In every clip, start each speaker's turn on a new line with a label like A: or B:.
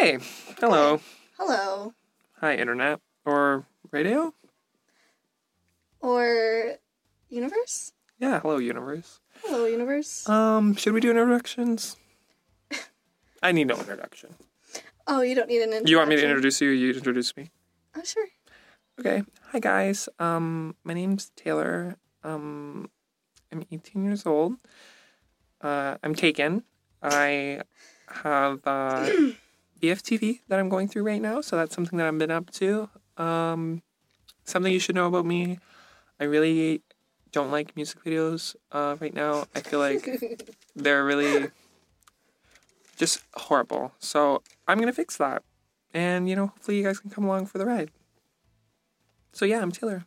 A: Hey, hello.
B: Hello.
A: Hi, internet or radio?
B: Or universe?
A: Yeah, hello, universe.
B: Hello, universe.
A: Um, should we do introductions? I need no introduction.
B: oh, you don't need an introduction.
A: You want me to introduce you? You introduce me.
B: Oh, sure.
A: Okay. Hi guys. Um, my name's Taylor. Um, I'm 18 years old. Uh, I'm taken. I have uh, BFTV that I'm going through right now, so that's something that I've been up to. Um, something you should know about me. I really don't like music videos uh, right now. I feel like they're really just horrible. So I'm gonna fix that, and you know, hopefully you guys can come along for the ride. So yeah, I'm Taylor.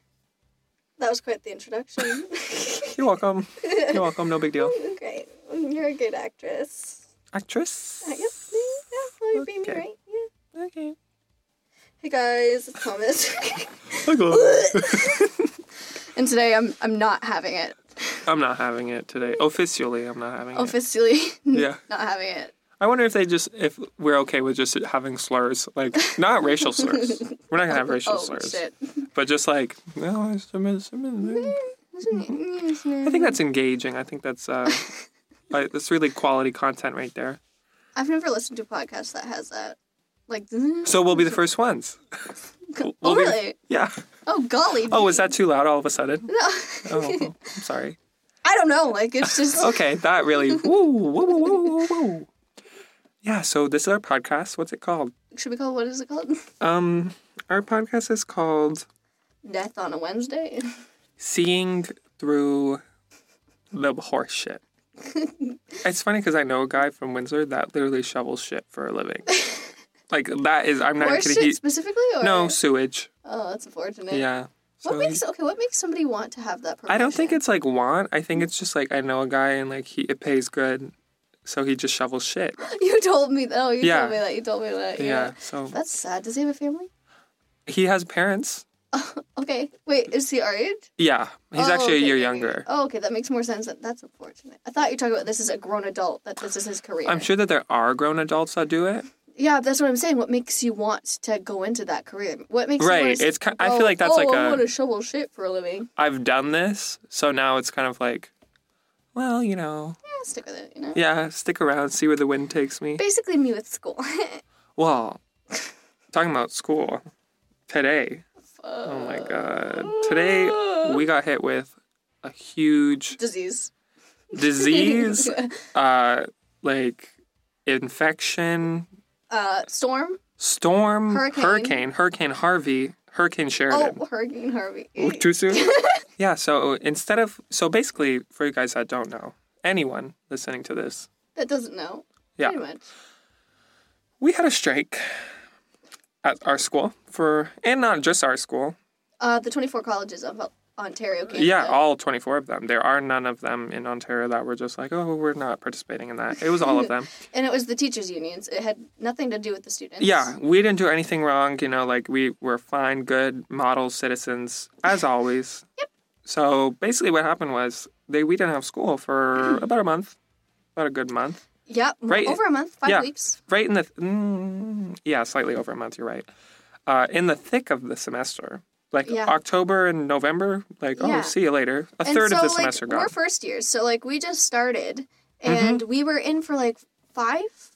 B: that was quite the introduction.
A: You're welcome. You're welcome. No big deal.
B: Great. You're a good actress.
A: Actress.
B: I guess that's how you beat me,
A: Okay.
B: right? Yeah.
A: Okay.
B: Hey guys, it's Thomas. and today I'm I'm not having it.
A: I'm not having it today. Officially, I'm not having it.
B: Officially
A: Yeah.
B: not having it.
A: I wonder if they just if we're okay with just having slurs, like not racial slurs. We're not gonna have racial
B: oh
A: slurs,
B: shit.
A: but just like no. I just- I'm just- I'm just- I think that's engaging. I think that's uh, I, that's really quality content right there.
B: I've never listened to a podcast that has that. Like
A: So we'll be the first ones.
B: Oh
A: we'll be-
B: really?
A: Yeah.
B: Oh golly.
A: Oh, was that too loud all of a sudden?
B: No.
A: Oh, I'm sorry.
B: I don't know. Like it's just
A: Okay, that really. Whoa, whoa, whoa, whoa, whoa, whoa. Yeah. So this is our podcast. What's it called?
B: should we call what is it called?
A: Um, our podcast is called
B: Death on a Wednesday.
A: Seeing Through the Horse Shit. it's funny because I know a guy from Windsor that literally shovels shit for a living. like that is. I'm not
B: Horse
A: kidding.
B: shit
A: He,
B: specifically or
A: no sewage.
B: Oh, that's unfortunate.
A: Yeah.
B: What
A: So he-
B: makes okay, what makes somebody want to have that profession?
A: I don't think it's like want. I think it's just like I know a guy and like he it pays good, so he just shovels shit.
B: You told me that. Oh, you
A: Yeah.
B: told me that. You told me that.
A: Yeah.
B: Yeah.
A: So
B: That's sad. Does he have a family?
A: he has parents.
B: Okay. Wait, is he our age?
A: Yeah. He's
B: Oh,
A: actually
B: okay,
A: a year
B: okay,
A: younger.
B: okay. Oh, okay. That makes more sense. That That's unfortunate. I thought you were talking about this is a grown adult, that this is his career.
A: I'm sure that there are grown adults that do it.
B: Yeah, that's what I'm saying. What makes you want to go into that career? What makes
A: Right,
B: You want to
A: it's ki- I feel like that's
B: oh,
A: like
B: I
A: a-
B: want to shovel shit for a living.
A: I've done this, so now it's kind of like, well, you know,
B: Yeah, stick with it. You know.
A: yeah, stick around, see where the wind takes me.
B: Basically, me with school.
A: Well, talking about school today. Oh my god. Today we got hit with a huge
B: Disease.
A: disease, uh, like infection,
B: Uh, storm.
A: storm,
B: Hurricane.
A: hurricane, hurricane Harvey, hurricane Sheridan.
B: Oh, Hurricane Harvey.
A: Ooh, Too soon? yeah, so instead of, so basically, for you guys that don't know, anyone listening to this,
B: That doesn't know.
A: Yeah.
B: Pretty much.
A: we had a strike at our school for, and not just our school,
B: Uh, the 24 colleges of Ontario, Canada.
A: yeah, all 24 of them. There are none of them in Ontario that were just like, oh, we're not participating in that. It was all of them.
B: and it was the teachers' unions. It had nothing to do with the students.
A: Yeah, we didn't do anything wrong. You know, like we were fine, good, model citizens as always. yep. So basically, what happened was they we didn't have school for about a month, about a good month,
B: Yep. m-
A: Right.
B: Over a month, five
A: Yeah.
B: weeks.
A: right in the mm, yeah, slightly over a month. You're right. Uh, in the thick of the semester, like
B: Yeah.
A: October and November, like oh,
B: Yeah.
A: see you later. A
B: And
A: third
B: so,
A: of the
B: like,
A: semester gone. Mm-hmm.
B: We're first years, so like we just started, and we were in for like five,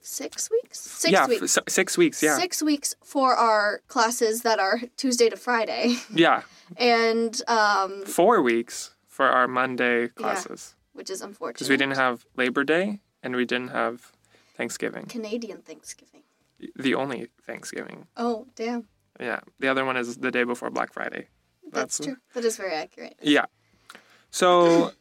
B: six weeks, six
A: yeah,
B: weeks,
A: For, s- six weeks. Yeah,
B: six weeks for our classes that are Tuesday to Friday,
A: yeah,
B: and um,
A: four weeks for our Monday classes
B: which is
A: because
B: unfortunate.
A: we didn't have Labor Day and we didn't have Thanksgiving.
B: Canadian Thanksgiving.
A: the only Thanksgiving.
B: Oh damn,
A: Yeah. The other one is the day before Black Friday.
B: that's, true. That is very accurate.
A: Yeah. So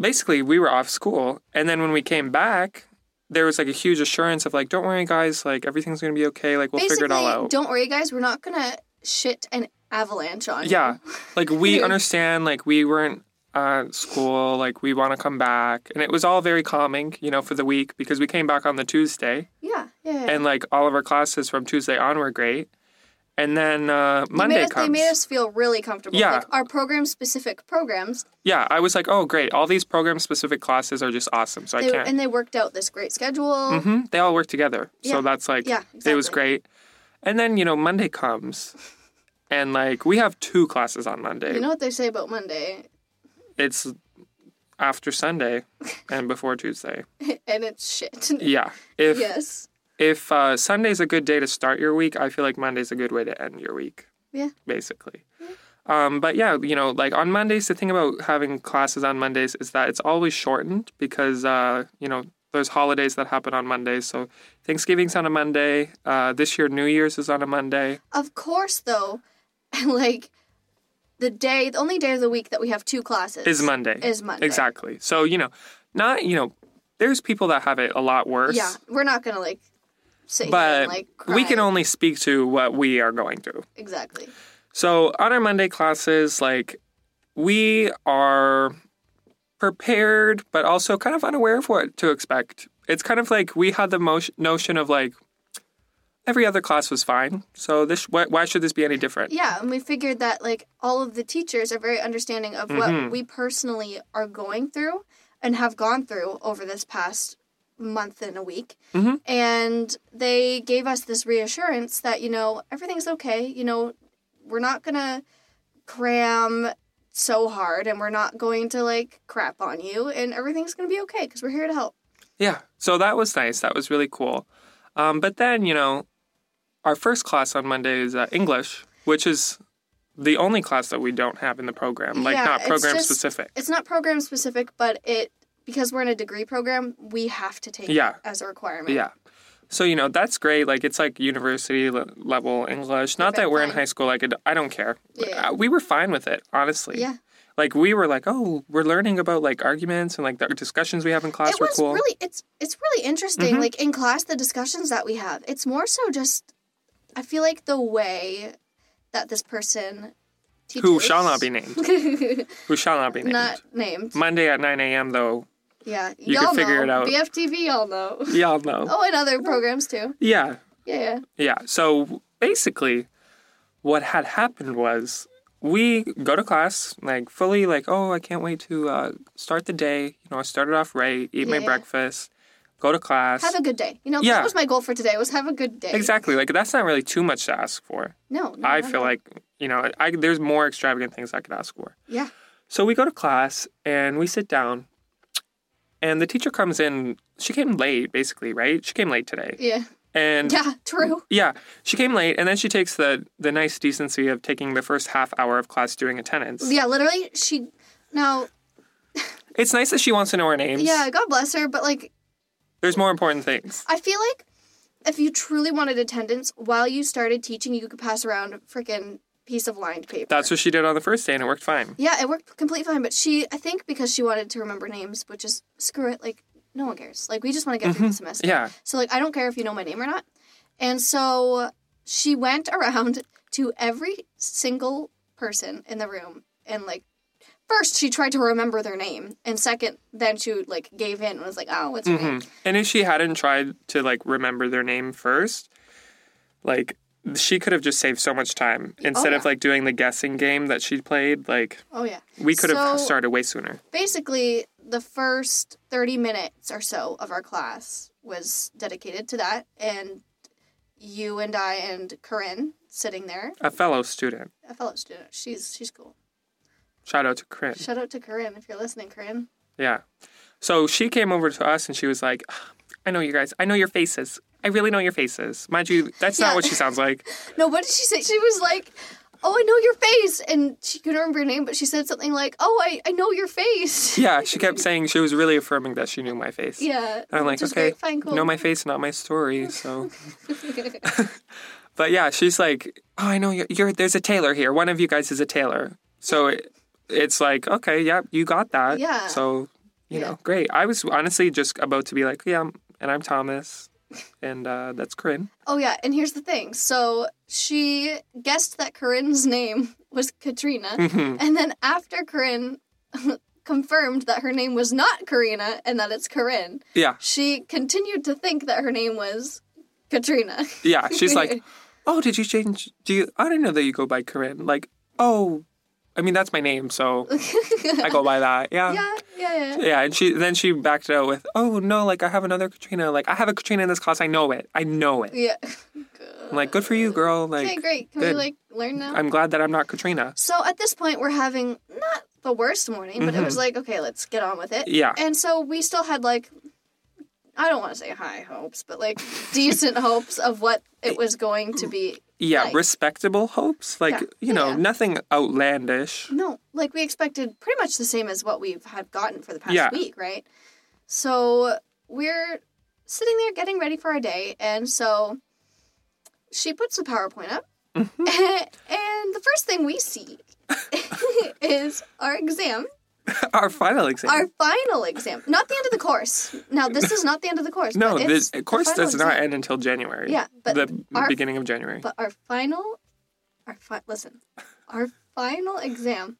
A: basically, we were off school. And then when we came back, there was like a huge assurance of like, don't worry, guys, like everything's going to be okay. Like we'll
B: Basically,
A: figure it all out.
B: don't worry, guys. We're not gonna shit an avalanche on. you.
A: yeah. Like we understand, like we weren't at school, like we want to come back. And it was all very calming, you know, for the week because we came back on the Tuesday.
B: Yeah. Yeah. yeah.
A: and like all of our classes from Tuesday on were great. And then uh, Monday
B: they made us,
A: comes.
B: They made us feel really comfortable.
A: Yeah.
B: Like our program specific programs,
A: yeah, I was like, oh, great. All these program specific classes are just awesome. So I
B: they,
A: can't.
B: and they worked out this great schedule.
A: hmm They all work together.
B: Yeah.
A: So that's like,
B: Yeah,
A: it was
B: exactly.
A: great. And then, you know, Monday comes. And like, we have two classes on Monday.
B: You know what they say about Monday,
A: it's after Sunday and before Tuesday.
B: and it's shit.
A: Yeah. If
B: yes.
A: if uh, Sunday's a good day to start your week, I feel like Monday's a good way to end your week.
B: Yeah.
A: Basically. Um, but yeah, you know, like on Mondays, the thing about having classes on Mondays is that it's always shortened because, uh, you know, there's holidays that happen on Mondays. So Thanksgiving's on a Monday. Uh, this year, New Year's is on a Monday.
B: Of course, though, like the day, the only day of the week that we have two classes
A: Is Monday.
B: Is Monday.
A: Exactly. So, you know, not, you know, there's people that have it a lot worse.
B: Yeah, we're not gonna like sit here
A: But
B: and, like cry.
A: we can only speak to what we are going through.
B: exactly.
A: So on our Monday classes, like we are prepared, but also kind of unaware of what to expect. It's kind of like we had the motion, notion of like every other class was fine, so this why, why should this be any different?
B: Yeah, and we figured that like all of the teachers are very understanding of
A: Mm-hmm.
B: what we personally are going through and have gone through over this past month and a week.
A: Mhm.
B: And they gave us this reassurance that, you know, everything's okay. You know, we're not going to cram so hard and we're not going to like crap on you and everything's going to be okay because we're here to help.
A: Yeah, so that was nice. That was really cool. Um, but then you know, our first class on Monday is uh, English, which is the only class that we don't have in the program, like
B: Yeah,
A: not
B: it's
A: program
B: just-
A: specific.
B: It's not program specific, but it because we're in a degree program, we have to take
A: Yeah.
B: it as a requirement.
A: Yeah. So, you know, that's great. Like, it's like university le- level English. Not that
B: Perfect,
A: we're in
B: fine.
A: high school. Like, it, I don't care.
B: Yeah.
A: Uh, We were fine with it, honestly.
B: Yeah.
A: Like, we were like, oh, we're learning about like arguments and like the discussions we have in class
B: it
A: were
B: was
A: cool. Mm-hmm.
B: really it's it's really interesting like in class the discussions that we have it's more so just i feel like the way that this person teaches
A: Who shall not be named. Who shall not be named.
B: not named
A: Monday at 9 a.m., though,
B: yeah
A: You
B: all
A: can figure
B: know.
A: it out. Mm-hmm.
B: bftv y'all know
A: y'all know.
B: oh and other programs too
A: Yeah.
B: yeah yeah
A: Yeah. So basically, what had happened was we go to class like fully like oh I can't wait to uh, start the day. You know I started off right, eat my
B: Yeah.
A: breakfast, go to class.
B: have a good day you know
A: Yeah.
B: that was my goal for today was have a good day Uh-huh.
A: exactly. Like that's not really too much to ask for.
B: no, no
A: I
B: no,
A: feel
B: no.
A: like you know I there's more extravagant things I could ask for.
B: yeah
A: So we go to class and we sit down. And the teacher comes in. She came late, basically, right? She came late today.
B: yeah
A: And
B: yeah true
A: Yeah, she came late, and then she takes the the nice decency of taking the first half hour of class doing attendance.
B: yeah literally she now
A: It's nice that she wants to know our names.
B: yeah god bless her but like
A: there's more important things.
B: I feel like if you truly wanted attendance while you started teaching, you could pass around a freaking piece of lined paper.
A: That's what she did on the first day, and it worked fine.
B: yeah, it worked completely fine. But she, I think, because she wanted to remember names, which is screw it, like no one cares. Like we just want to get through the semester.
A: Mm-hmm. Yeah,
B: So like I don't care if you know my name or not. And so she went around to every single person in the room and like first she tried to remember their name and second then she like gave in and was like oh what's her name
A: Mhm. and if she hadn't tried to like remember their name first, like she could have just saved so much time instead of
B: Oh, yeah.
A: like doing the guessing game that she played. Like
B: oh yeah
A: we could have
B: So-
A: started way sooner.
B: basically the first 30 minutes or so of our class was dedicated to that and you and i and corinne sitting there
A: A fellow student.
B: a fellow student she's she's cool
A: Shout out to Chris.
B: shout out to corinne if you're listening corinne
A: Yeah. So she came over to us and she was like, I know you guys. I know your faces. I really know your faces. Mind you, that's
B: Yeah.
A: not what she sounds like.
B: no what did she say she was like oh i know your face and she couldn't remember your name but she said something like oh i, I know your face
A: Yeah, she kept saying she was really affirming that she knew my face.
B: yeah
A: And I'm like,
B: which is
A: okay,
B: great, fine cool
A: know my face, not my story. So, but yeah, she's like, oh, I know you're, you're. There's a tailor here. One of you guys is a tailor. So it, it's like, okay, yeah, you got that.
B: Yeah.
A: So, you
B: Yeah.
A: know, great. I was honestly just about to be like, yeah, and I'm Thomas, and uh, that's Corinne.
B: oh yeah and here's the thing so she guessed that corinne's name was katrina
A: hmm
B: And then after Corinne confirmed that her name was not Karina and that it's Corinne,
A: Yeah.
B: she continued to think that her name was Katrina.
A: Yeah, she's like, oh, did you change? Do you? I didn't know that you go by Corinne. Like, oh, I mean that's my name, so I go by that. Yeah.
B: yeah, yeah, yeah.
A: Yeah, and she then she backed it out with, "Oh no, like I have another Katrina. Like I have a Katrina in this class. I know it. I know it.
B: Yeah.
A: I'm like, good for you, girl. Like,
B: okay, great. Can we
A: good.
B: like learn now?
A: I'm glad that I'm not Katrina.
B: So at this point, we're having not the worst morning, but it was like, okay, let's get on with it.
A: Mm-hmm. Yeah.
B: And so we still had like, I don't want to say high hopes, but like decent hopes of what it was going to be.
A: Yeah,
B: like.
A: respectable hopes. Like,
B: Yeah.
A: you know,
B: Yeah.
A: nothing outlandish.
B: No, like we expected pretty much the same as what we've had gotten for the past
A: Yeah.
B: week, right? So we're sitting there getting ready for our day, and so she puts the PowerPoint up,
A: Mm-hmm.
B: and the first thing we see is our exam
A: Our final exam.
B: our final exam, not the end of the course. Now, this is not the end of the course.
A: no,
B: but
A: the
B: it's the
A: course
B: final
A: does not
B: exam.
A: end until January.
B: Yeah, but
A: the
B: our-
A: beginning of January.
B: But our final, our fi- listen, our final exam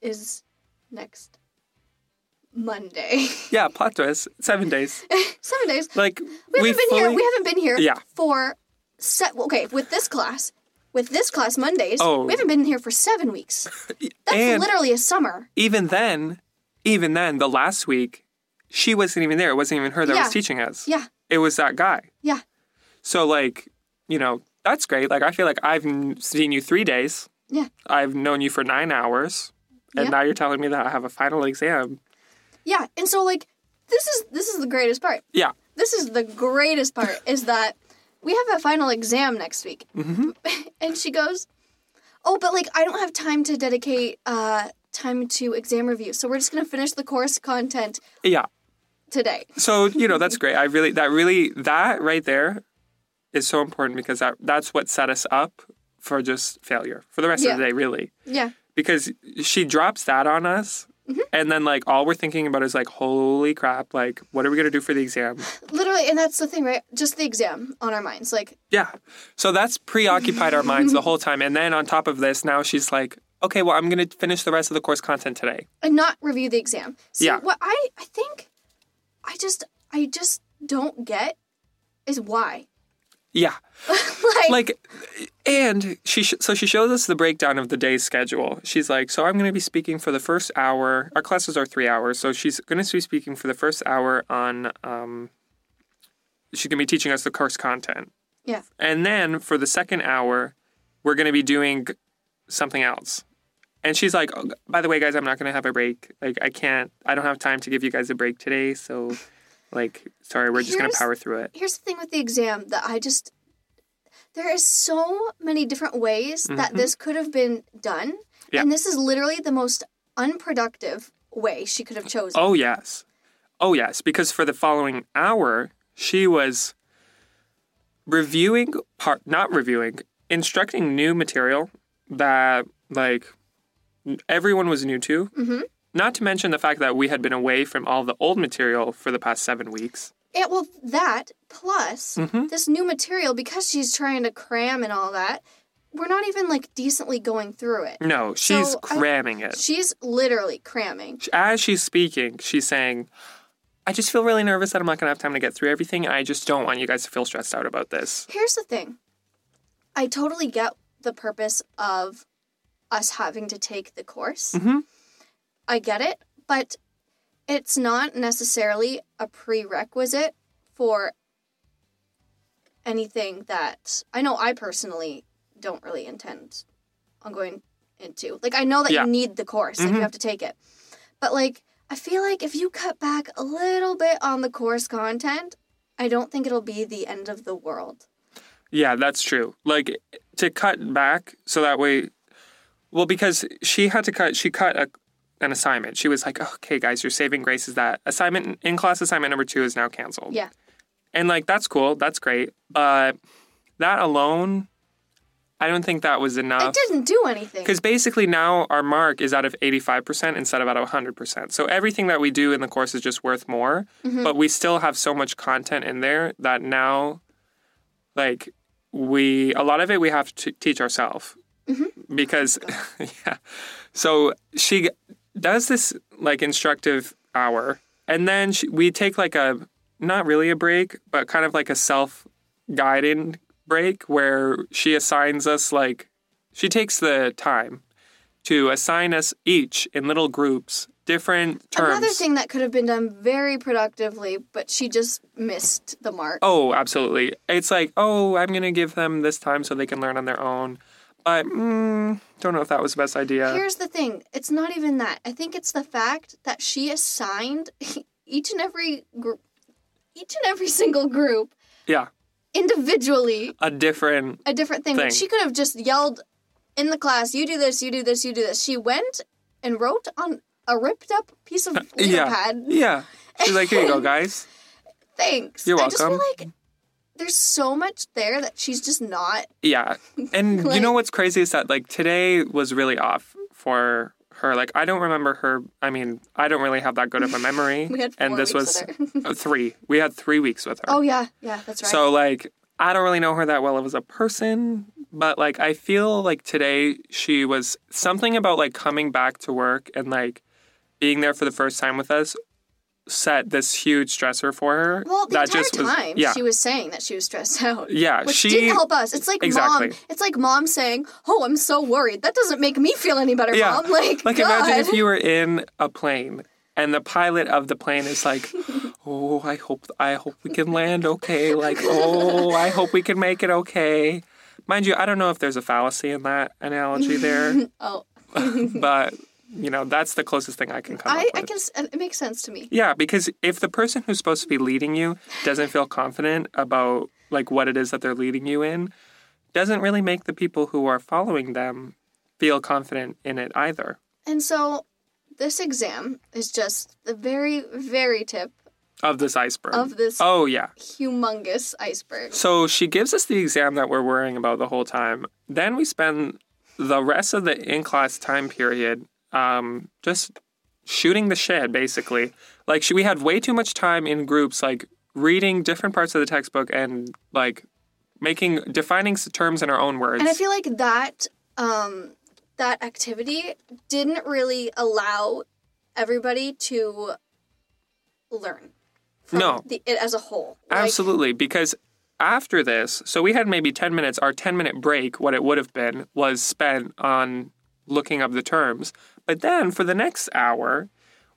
B: is next Monday.
A: yeah, plot twist. Seven days.
B: Seven days.
A: Like
B: We haven't been here.
A: fully-
B: We haven't been here
A: Yeah.
B: for set. Okay, with this class, with this class Mondays,
A: Oh.
B: we haven't been here for seven weeks. That's
A: and
B: literally a summer.
A: even then, even then, the last week, she wasn't even there. It wasn't even her that
B: Yeah.
A: was teaching us.
B: Yeah,
A: It was that guy.
B: yeah,
A: So like, you know, that's great. Like I feel like I've n- seen you three days.
B: yeah,
A: I've known you for nine hours, and
B: Yeah.
A: now you're telling me that I have a final exam.
B: yeah. And so, like, this is this is the greatest part.
A: Yeah,
B: this is the greatest part is that we have a final exam next week and she goes oh but like i don't have time to dedicate uh, time to exam review so we're just going to finish the course content
A: yeah.
B: today
A: So you know, that's great. I really that really that right there is so important because that that's what set us up for just failure for the rest
B: Yeah.
A: of the day, really.
B: yeah
A: Because she drops that on us. And then, like, all we're thinking about is like, holy crap! Like, what are we gonna do for the exam?
B: literally and that's the thing right just the exam on our minds like
A: Yeah. So that's preoccupied our minds the whole time. And then on top of this, now she's like, okay, well, I'm going to finish the rest of the course content today.
B: and not review the exam See,
A: Yeah.
B: what i i think i just i just don't get is why
A: Yeah.
B: like,
A: Like, and she, sh- so she shows us the breakdown of the day's schedule. She's like, so I'm going to be speaking for the first hour. Our classes are three hours. So she's going to be speaking for the first hour on, um, she's going to be teaching us the course content.
B: yeah
A: And then for the second hour, we're going to be doing something else. And she's like, oh, by the way, guys, I'm not going to have a break. Like, I can't, I don't have time to give you guys a break today. So, like, sorry, we're just going to
B: Here's-
A: power through it.
B: here's the thing with the exam that I just there is so many different ways that this could have been done,
A: Mm-hmm. Yeah.
B: and this is literally the most unproductive way she could have chosen.
A: Oh, yes. Oh, yes. Because for the following hour, she was reviewing part, not reviewing, instructing new material that, like, everyone was new to. Mm-hmm. Not to mention the fact that we had been away from all the old material for the past seven weeks.
B: It, well, that plus
A: Mm-hmm.
B: this new material because she's trying to cram and all that. We're not even like decently going through it.
A: No, she's
B: So, I-
A: cramming it.
B: She's literally cramming.
A: As she's speaking, she's saying, I just feel really nervous that I'm not going to have time to get through everything. I just don't want you guys to feel stressed out about this.
B: Here's the thing. I totally get the purpose of us having to take the course.
A: Mhm.
B: I get it, but it's not necessarily a prerequisite for anything that I know I personally don't really intend on going into. Like, I know that
A: Yeah.
B: you need the course and you have to take it, but like, I feel like if you cut back a little bit on the course content, I don't think it'll be the end of the world.
A: Yeah, that's true. Like, to cut back so that way, well, because she had to cut, she cut a, an assignment. She was like, okay, guys, your saving grace is that assignment in class assignment number two is now canceled.
B: Yeah.
A: And like that's cool, that's great, but that alone, I don't think that was enough.
B: I didn't do anything.
A: Because basically now our mark is out of 85% instead of out of 100%. So everything that we do in the course is just worth more, but we still have so much content in there that now, like, we, a lot of it we have to teach ourselves. Because, yeah. So she does this, like, instructive hour, and then she, we take, like, a, not really a break, but kind of like a self guiding break where she assigns us, like, she takes the time to assign us each in little groups different terms.
B: Another thing that could have been done very productively, but she just missed the mark.
A: Oh, absolutely. It's like, oh, I'm going to give them this time so they can learn on their own. But mm, don't know if that was the best idea.
B: Here's the thing it's not even that. I think it's the fact that she assigned each and every group, each and every single group
A: yeah,
B: individually
A: a different.
B: a different thing.
A: Thing.
B: She could have just yelled in the class, you do this, you do this, you do this. She went and wrote on a ripped up piece of
A: Uh, Yeah.
B: pad.
A: Yeah. She's like, here you go, guys.
B: Thanks.
A: You're
B: I just feel
A: welcome.
B: like there's so much there that she's just not.
A: Yeah. And you know
B: Like-
A: what's crazy is that like today was really off for her. Like I don't remember her I mean, I don't really have that good of a memory.
B: We had four
A: and this
B: weeks
A: was
B: with her.
A: uh, three. We had three weeks with her.
B: oh yeah, yeah, that's right.
A: So like I don't really know her that well as a person, but like I feel like today she was something about like coming back to work and like being there for the first time with us set this huge stressor for her.
B: well, the
A: that
B: entire
A: just was
B: time
A: yeah.
B: she was saying that she was stressed out.
A: yeah,
B: Which
A: she
B: didn't help us. It's like mom.
A: Exactly.
B: It's like mom saying, "Oh, I'm so worried." That doesn't make me feel any better,
A: Yeah.
B: mom. Like,
A: Like
B: God.
A: imagine if you were in a plane and the pilot of the plane is like, "Oh, I hope I hope we can land okay." Like, "Oh, I hope we can make it okay." Mind you, I don't know if there's a fallacy in that analogy there,
B: oh,
A: but you know, that's the closest thing I can come
B: I,
A: up
B: I
A: with.
B: can. s- It makes sense to me.
A: Yeah, because if the person who's supposed to be leading you doesn't feel confident about like what it is that they're leading you in, doesn't really make the people who are following them feel confident in it either.
B: And so this exam is just the very, very tip
A: Of this iceberg.
B: of this
A: Oh yeah.
B: humongous iceberg.
A: So she gives us the exam that we're worrying about the whole time. Then we spend the rest of the in class time period um, just shooting the shit, basically. Like, she, we had way too much time in groups, like reading different parts of the textbook and like making defining s- terms in our own words.
B: And I feel like that um, that activity didn't really allow everybody to learn. From
A: No.
B: the, it as a whole. Like,
A: Absolutely, because after this, so we had maybe 10 minutes, our 10 minute break, what it would have been, was spent on looking up the terms. But then for the next hour,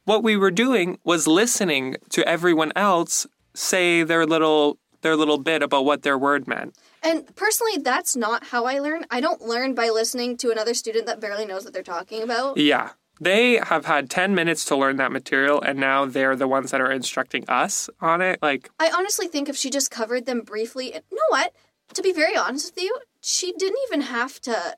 A: what we were doing was listening to everyone else say their little their little bit about what their word meant.
B: and personally, that's not how I learn. I don't learn by listening to another student that barely knows what they're talking about.
A: Yeah. They have had 10 minutes to learn that material and now they're the ones that are instructing us on it. Like,
B: I honestly think if she just covered them briefly, and, you know what? To be very honest with you, she didn't even have to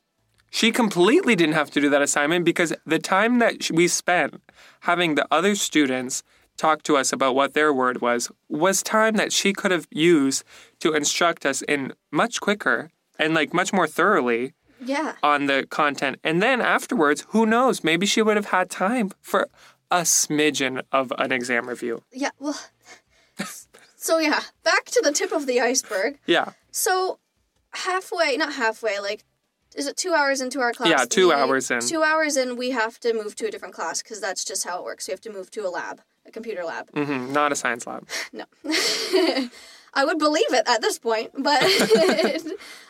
A: She completely didn't have to do that assignment because the time that sh- we spent having the other students talk to us about what their word was was time that she could have used to instruct us in much quicker and like much more thoroughly
B: Yeah.
A: on the content. And then afterwards, who knows, maybe she would have had time for a smidgen of an exam review.
B: Yeah. Well, so yeah, back to the tip of the iceberg.
A: Yeah.
B: So halfway, not halfway, like, is it two hours into our class?
A: Yeah, two
B: we-
A: hours in.
B: Two hours in, we have to move to a different class because that's just how it works. We have to move to a lab, a computer lab.
A: hmm Not a science lab.
B: No. I would believe it at this point, but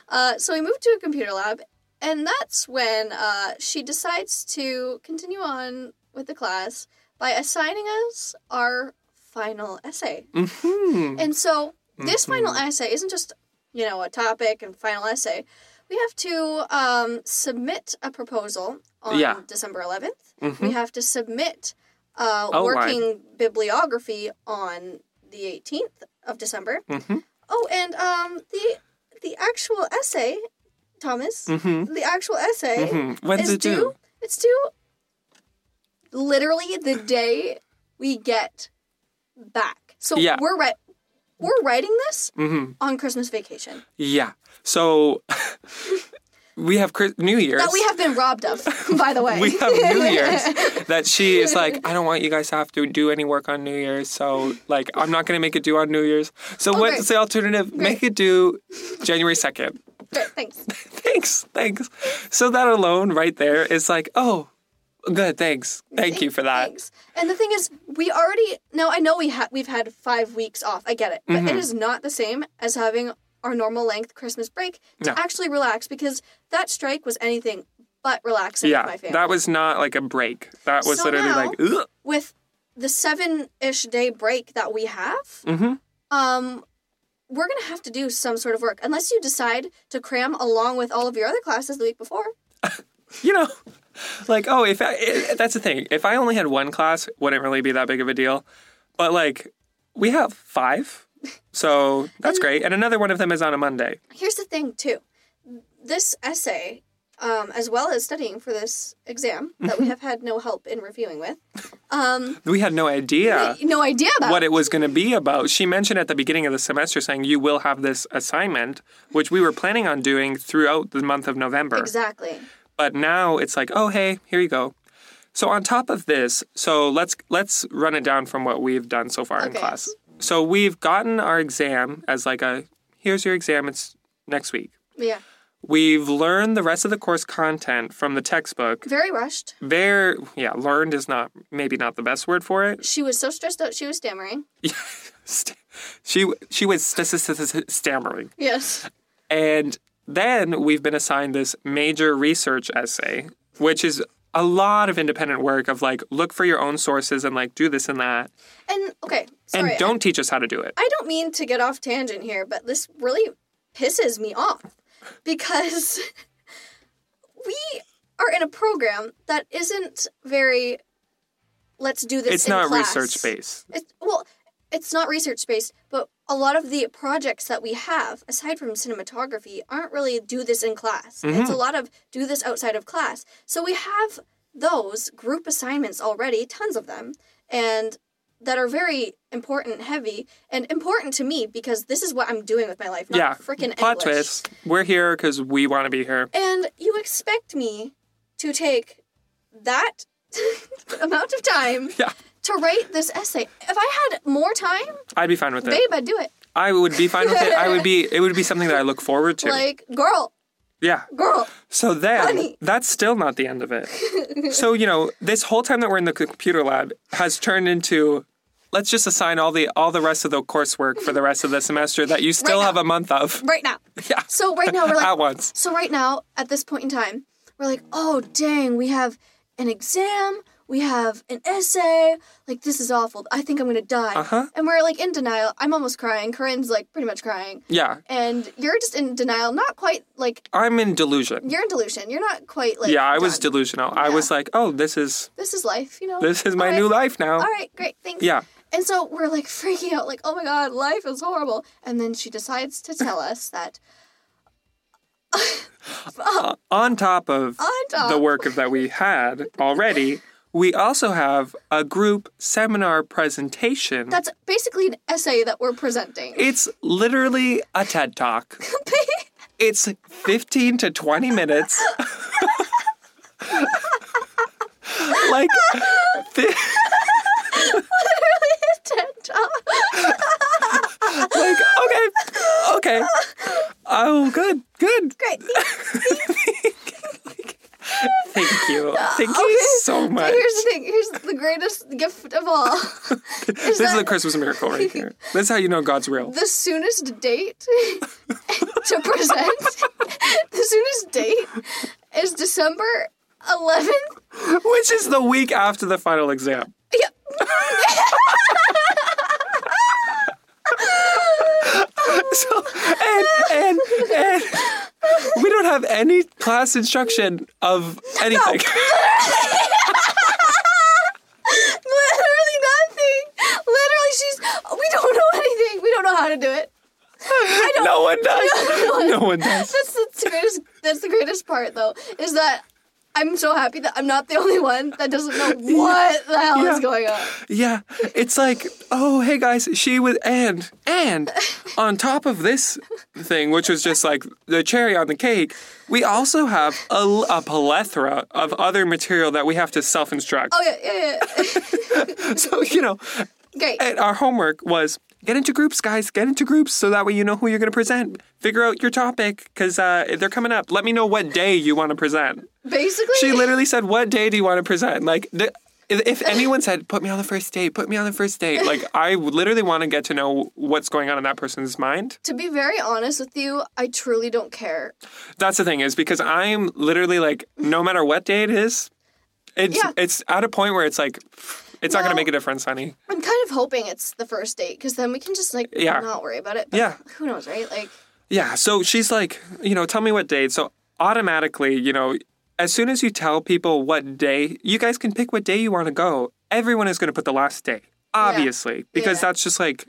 B: uh, so we moved to a computer lab, and that's when uh, she decides to continue on with the class by assigning us our final essay.
A: hmm
B: And so this
A: Mm-hmm.
B: final essay isn't just, you know, a topic and final essay. We have to um, submit a proposal on
A: Yeah.
B: December 11th.
A: Mhm.
B: We have to submit a
A: Oh, right.
B: working bibliography on the 18th of December.
A: hmm
B: Oh, and um, the the actual essay, Thomas,
A: hmm
B: the actual essay
A: hmm When's
B: is
A: it
B: due.
A: due?
B: It's due literally the day we get back. So
A: Yeah.
B: we're right. We're writing this
A: hmm
B: on Christmas vacation
A: Yeah. So we have Chris- New Year's.
B: that we have been robbed of, by the way.
A: We have New Year's that she is like, I don't want you guys to have to do any work on New Year's, so like I'm not gonna make it due on New Year's. So what's
B: Oh, great.
A: the alternative? Make it due January second.
B: Great, thanks.
A: thanks, thanks. So that alone right there is like, oh, good, thanks, thank you for that.
B: Thanks. And the thing is, we
A: Mm-hmm.
B: already now I know we ha- we've had five weeks off. I get it, but it is not the same as having our normal length Christmas break to
A: No.
B: actually relax because that strike was anything but relaxing with
A: yeah,
B: my family.
A: that was not like a break. That was
B: So
A: literally
B: now-
A: like, Ugh.
B: with the seven ish day break that we have,
A: Mhm.
B: um, we're gonna have to do some sort of work unless you decide to cram along with all of your other classes the week before.
A: you know, like oh, if I, it, that's the thing. If I only had one class, it wouldn't really be that big of a deal. But like, we have five, so that's great. And another one of them is on a Monday.
B: Here's the thing, too. This essay, um, as well as studying for this exam that
A: Mm-hmm.
B: we have had no help in reviewing with, um,
A: We had no idea.
B: no idea about.
A: What it was going to be about. She mentioned at the beginning of the semester saying you will have this assignment, which we were planning on doing throughout the month of November.
B: exactly.
A: but now it's like oh hey here you go so on top of this so let's let's run it down from what we've done so far in
B: Okay.
A: class so we've gotten our exam as like a here's your exam it's next week
B: Yeah.
A: we've learned the rest of the course content from the textbook
B: Very rushed.
A: there yeah learned is not maybe not the best word for it
B: She was so stressed out, she was stammering.
A: St- she she was st- st- st- st- stammering
B: Yes.
A: And then we've been assigned this major research essay, which is a lot of independent work of like look for your own sources and like do this and that.
B: And okay, sorry.
A: and don't teach us how to do it.
B: I don't mean to get off tangent here, but this really pisses me off because we are in a program that isn't very let's do this
A: It's
B: in
A: not
B: class.
A: research based.
B: It's well, it's not research based, but a lot of the projects that we have, aside from cinematography, aren't really do this in class.
A: Mm-hmm.
B: It's a lot of do this outside of class. So we have those group assignments already, tons of them, and that are very important, heavy, and important to me because this is what I'm doing with my life. Not
A: Yeah.
B: freaking
A: Plot
B: English.
A: twist. We're here because we want to be here.
B: And you expect me to take that amount of time
A: Yeah.
B: to write this essay. If I had more time,
A: I'd be fine with it.
B: babe, I'd do it.
A: I would be fine with it. I would be it would be something that I look forward to.
B: Like, girl,
A: yeah.
B: girl.
A: So then,
B: Funny.
A: that's still not the end of it. so, you know, this whole time that we're in the c- computer lab has turned into let's just assign all the all the rest of the coursework for the rest of the semester that you still
B: Right now.
A: have a month of
B: Right now.
A: Yeah.
B: So right now we're like
A: at once.
B: so right now at this point in time, we're like, "Oh, dang, we have an exam, we have an essay. Like this is awful. I think I'm going to die."
A: Uh-huh.
B: And we're like in denial. I'm almost crying. Corinne's like pretty much crying.
A: Yeah.
B: And you're just in denial, not quite like
A: I'm in delusion.
B: you're in delusion. You're not quite like
A: Yeah, I was
B: done.
A: delusional. I was like, "Oh, this is
B: This is life, you know.
A: this is my
B: All right.
A: new life now."
B: All right, great. Thanks.
A: Yeah.
B: And so we're like freaking out, like, oh my god, life is horrible. And then she decides to tell us that
A: On top of
B: On top.
A: the work of- that we had already, we also have a group seminar presentation.
B: that's basically an essay that we're presenting.
A: It's literally a TED Talk. it's 15 to 20 minutes. like, thi-
B: TED Talk.
A: like, okay, okay. Oh, good, good.
B: Great.
A: Thank you. Thank you so much.
B: Here's the thing. Here's the greatest gift of all.
A: This is a
B: that-
A: Christmas miracle right here. This is how you know God's real.
B: The soonest date to present. the soonest date is December 11th
A: Which is the week after the final exam.
B: Yeah.
A: So, and, and, and we don't have any class instruction of anything.
B: Literally nothing. Literally, she's. We don't know anything. We don't know how to do it.
A: No one does. No one does.
B: That's, that's the greatest. That's the greatest part, though, is that I'm so happy that I'm not the only one that doesn't know what the hell
A: Yeah.
B: is going on.
A: Yeah, it's like, oh, hey guys, she was, and, and on top of this thing, which was just like the cherry on the cake, we also have a, l- a plethora of other material that we have to self instruct.
B: Oh yeah, yeah, yeah.
A: So, you know,
B: Great.
A: and our homework was get into groups, guys, get into groups so that way you know who you're going to present. Figure out your topic because uh, they're coming up. Let me know what day you want to present.
B: Basically,
A: She literally said, what day do you want to present? Like, the, If, if anyone said, put me on the first date, put me on the first date, like I literally want to get to know what's going on in that person's mind.
B: To be very honest with you, I truly don't care.
A: That's the thing is because I'm literally like, no matter what day it is, it's
B: Yeah.
A: it's at a point where it's like, it's not gonna
B: No.
A: make a difference, honey.
B: I'm kind of hoping it's the first date because then we can just like
A: Yeah.
B: not worry about it.
A: Yeah.
B: Who knows, right? Like,
A: Yeah. So she's like, you know, tell me what date. So automatically, you know, as soon as you tell people what day, you guys can pick what day you want to go. Everyone is gonna put the last day, obviously, because
B: Yeah.
A: that's just like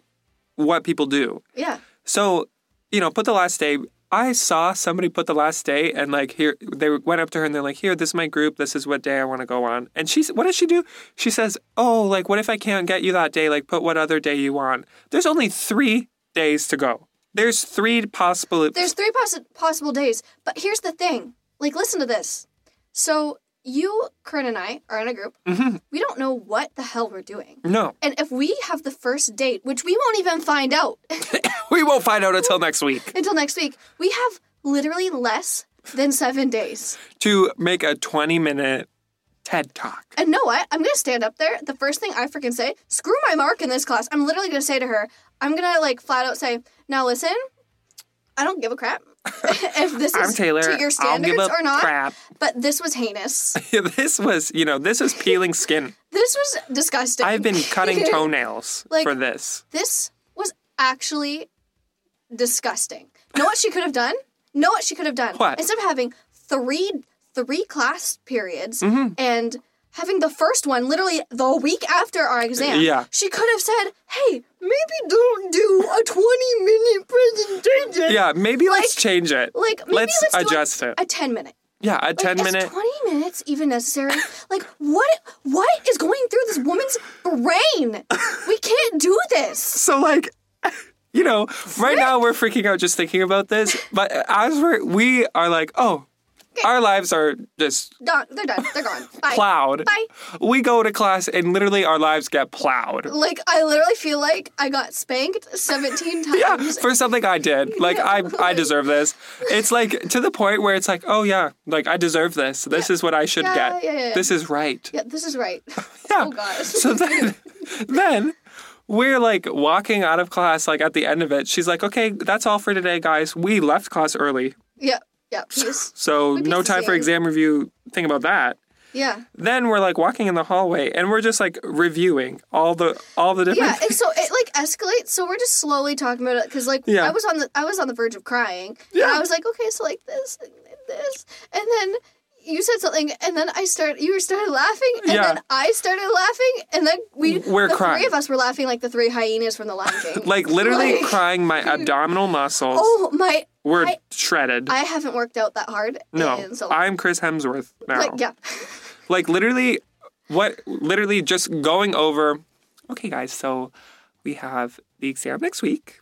A: what people do.
B: yeah.
A: So, you know, put the last day. I saw somebody put the last day, and like here, they went up to her and they're like, "Here, this is my group. This is what day I want to go on." And she's, what does she do? She says, "Oh, like what if I can't get you that day? Like, put what other day you want." There's only three days to go. There's three possible.
B: There's three possi possible days, but here's the thing. Like, listen to this. So you, Corinne, and I are in a group.
A: Mhm.
B: We don't know what the hell we're doing.
A: no,
B: And if we have the first date, which we won't even find out
A: we won't find out until next week
B: until next week, we have literally less than seven days.
A: to make a 20 minute TED talk.
B: And know what? I'm gonna stand up there. The first thing I freaking say, screw my mark in this class. I'm literally gonna say to her, I'm gonna like flat out say, now listen, I don't give a crap if this
A: I'm
B: is
A: Taylor.
B: to your
A: I'll
B: standards
A: give a
B: or not.
A: crap.
B: But this was heinous.
A: this was, you know, this is peeling skin.
B: This was disgusting.
A: I've been cutting toenails
B: Like-
A: for this.
B: This was actually disgusting. Know what she could have done? Know what she could have done?
A: What?
B: Instead of having three three class periods
A: Mm-hmm.
B: and having the first one literally the week after our exam,
A: Yeah.
B: she could have said, "Hey, maybe don't do a twenty minute presentation.
A: Yeah, maybe let's change it.
B: Like maybe
A: let's,
B: let's, do
A: adjust it.
B: a, a ten minute."
A: yeah, a
B: Like,
A: ten
B: is
A: minute.
B: twenty minutes even necessary? like what? What is going through this woman's brain? We can't do this.
A: So like, you know, right now we're freaking out just thinking about this. But as we're we are like, oh, our lives are just
B: Done. They're done. They're gone. Bye.
A: plowed.
B: Bye.
A: We go to class and literally our lives get plowed.
B: Like I literally feel like I got spanked seventeen times.
A: Yeah, for something I did. Like I, I deserve this. It's like to the point where it's like, oh yeah, like I deserve this. This is what I should
B: Yeah,
A: get.
B: yeah, yeah.
A: This is right.
B: Yeah, this is right.
A: Yeah.
B: Oh, gosh.
A: So then, then we're like walking out of class, like at the end of it. She's like, okay, that's all for today, guys. We left class early.
B: yeah, yeah, peace.
A: So
B: We
A: no
B: pieced
A: time for
B: in.
A: exam review. Think about that.
B: Yeah,
A: Then we're like walking in the hallway and we're just like reviewing all the all the different
B: yeah. And so it like escalates. So we're just slowly talking about it because like
A: Yeah.
B: I was on the I was on the verge of crying.
A: Yeah.
B: And I was like, okay, so like this and then this, and then you said something, and then I started. You started laughing, and
A: Yeah.
B: then I started laughing, and then we
A: We're
B: the
A: crying.
B: three of us were laughing like the three hyenas from the Lion King.
A: like literally
B: Like-
A: crying my abdominal muscles
B: oh my.
A: were
B: I-
A: shredded.
B: I haven't worked out that hard.
A: no,
B: in so long.
A: I'm Chris Hemsworth now.
B: Like, yeah.
A: like literally what literally just going over okay guys so we have the exam next week